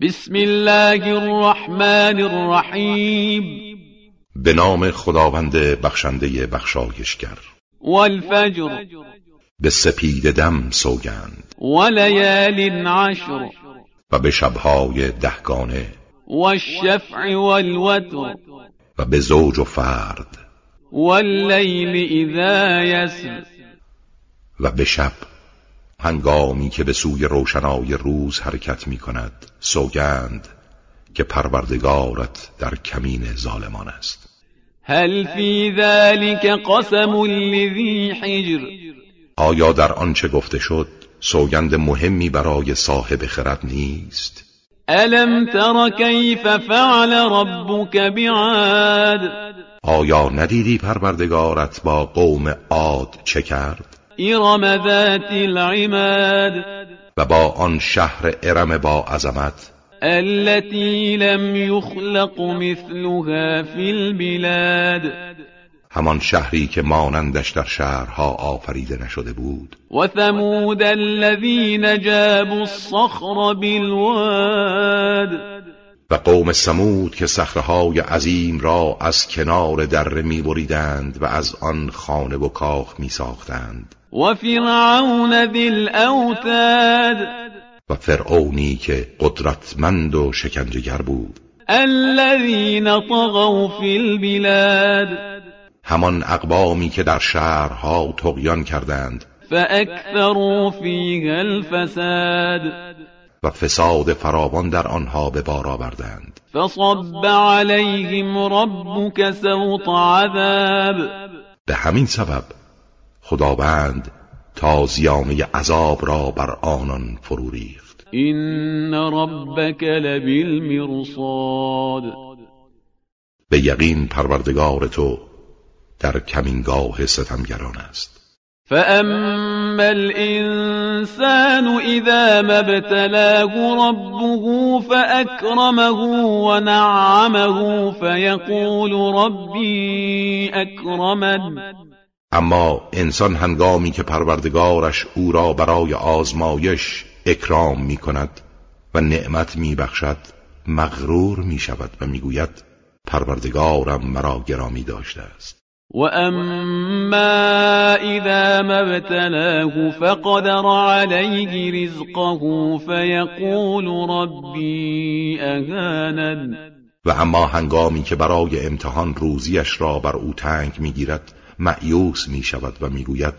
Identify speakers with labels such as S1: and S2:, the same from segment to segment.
S1: بسم الله الرحمن الرحیم
S2: به نام خداوند بخشنده بخشایشگر
S1: والفجر
S2: به سپید دم سوگند
S1: وليال عشر
S2: و به شبهای دهگانه
S1: والشفع والوتر
S2: و به زوج و فرد
S1: والليل إذا يسر
S2: و به شب هنگامی که به سوی روشنای روز حرکت می کند سوگند که پروردگارت در کمین ظالمان است
S1: هل في ذلك قسم لذي حجر
S2: آیا در آنچه گفته شد سوگند مهمی برای صاحب خرد نیست
S1: ألم تر كيف فعل ربك بعاد
S2: آیا ندیدی پروردگارت با قوم عاد چه کرد
S1: إرم ذات العماد
S2: و با آن شهر ارم با عظمت
S1: التي لم يخلق مثلها في البلاد
S2: همان شهری که مانندش در شهرها آفریده نشده بود
S1: وثمود الذين جابوا الصخر بالواد
S2: و قوم سمود که صخره‌های عظیم را از کنار دره می‌بریدند و از آن خانه و کاخ می‌ساختند
S1: وفرعون ذي الأوتاد
S2: و فرعونی که قدرتمند و شکنجهگر بود
S1: الذين طغوا في البلاد
S2: همان اقوامی که در شهرها تقیان کردند
S1: فأكثروا فيها الفساد
S2: و فساد فراوان در آنها به بار آوردند
S1: فصب عليهم ربك سوط عذاب
S2: به همین سبب خداوند تازیانه عذاب را بر آنان فرو ریخت
S1: إن ربك لبالمرصاد
S2: به یقین پروردگار تو در کمینگاه ستمگران است
S1: فأما الإنسان إذا ما ابتلاه ربه فأكرمه ونعمه فيقول ربي أكرمن
S2: اما انسان هنگامی که پروردگارش او را برای آزمایش اکرام می کند و نعمت می بخشد مغرور می شود و می گوید پروردگارم مرا گرامی داشته است
S1: وأما إذا ما ابتلاه فقدر عليه رزقه فيقول ربي أهانن
S2: و اما هنگامی که برای امتحان روزیش را بر او تنگ می گیرد معیوس می شود و می گوید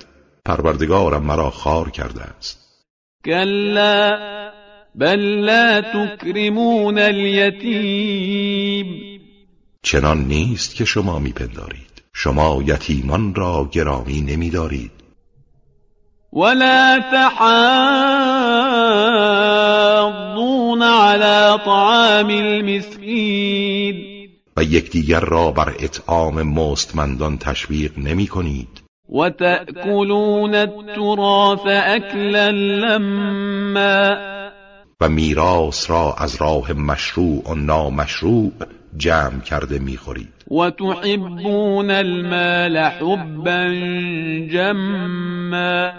S2: پروردگارم مرا خار کرده است
S1: كلا بل لا تكرمون اليتيم
S2: چنان نیست که شما میپندارید شما یتیمان را گرامی نمیدارید
S1: ولا تحاضون على طعام المسكين
S2: و یکدیگر را بر اطعام مستمندان تشویق نمی کنید
S1: وتأكلون التراث أكلا لما
S2: و میراث را از راه مشروع و نامشروع جمع کرده میخورید
S1: وتحبون المال حبا جما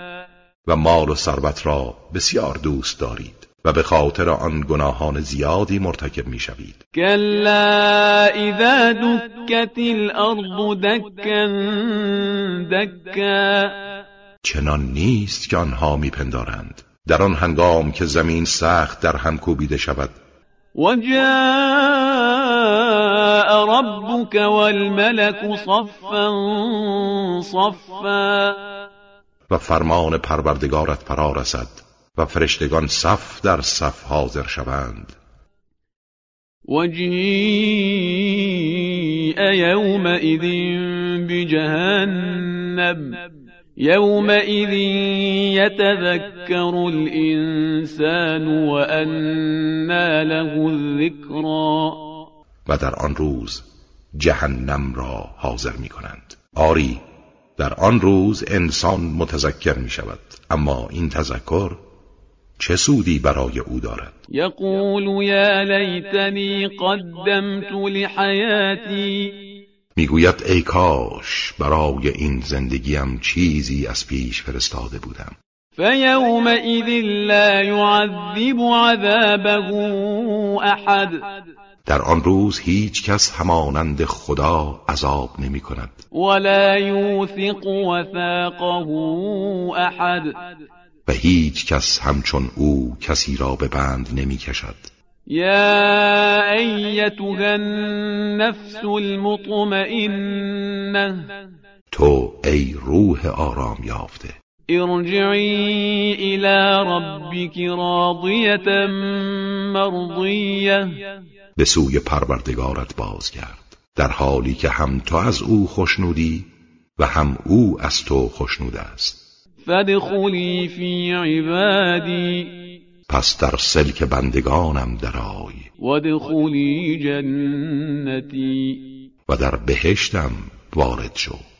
S2: و مال و ثروت را بسیار دوست دارید و به خاطر آن گناهان زیادی مرتکب میشوید
S1: كلا إذا دكت الأرض دكا دكا
S2: چنان نیست که آنها میپندارند در آن هنگام که زمین سخت در هم کوبیده شود
S1: وجاء ربك والملك صفا صفا
S2: و فرمان پروردگارت فرا رسد و فرشتگان صف در صف حاضر شوند
S1: وجيء يومئذ بجهنم يومئذ يتذكر الإنسان وأنى له الذكرى
S2: و در آن روز جهنم را حاضر می کنند آری در آن روز انسان متذکر می شود اما این تذکر چه سودی برای او دارد
S1: يقول يا ليتني قدمت لحياتي
S2: میگوید ای کاش برای این زندگیم چیزی از پیش فرستاده بودم
S1: فيومئذ لا يعذب عذابه احد
S2: در آن روز هیچ کس همانند خدا عذاب نمی کند
S1: ولا يوثق وثاقه احد
S2: و هیچ کس همچون او کسی را به بند نمی کشد
S1: يا ايتها النفس المطمئنه
S2: تو ای روح آرام یافته
S1: ارجعي الى ربك راضيه مرضيه
S2: به سوی پروردگارت بازگرد در حالی که هم تو از او خوشنودی و هم او از تو خوشنود است
S1: فادخلي في عبادي
S2: پس در سلک بندگانم درآی
S1: وادخلي جنتي
S2: و در بهشتم وارد شو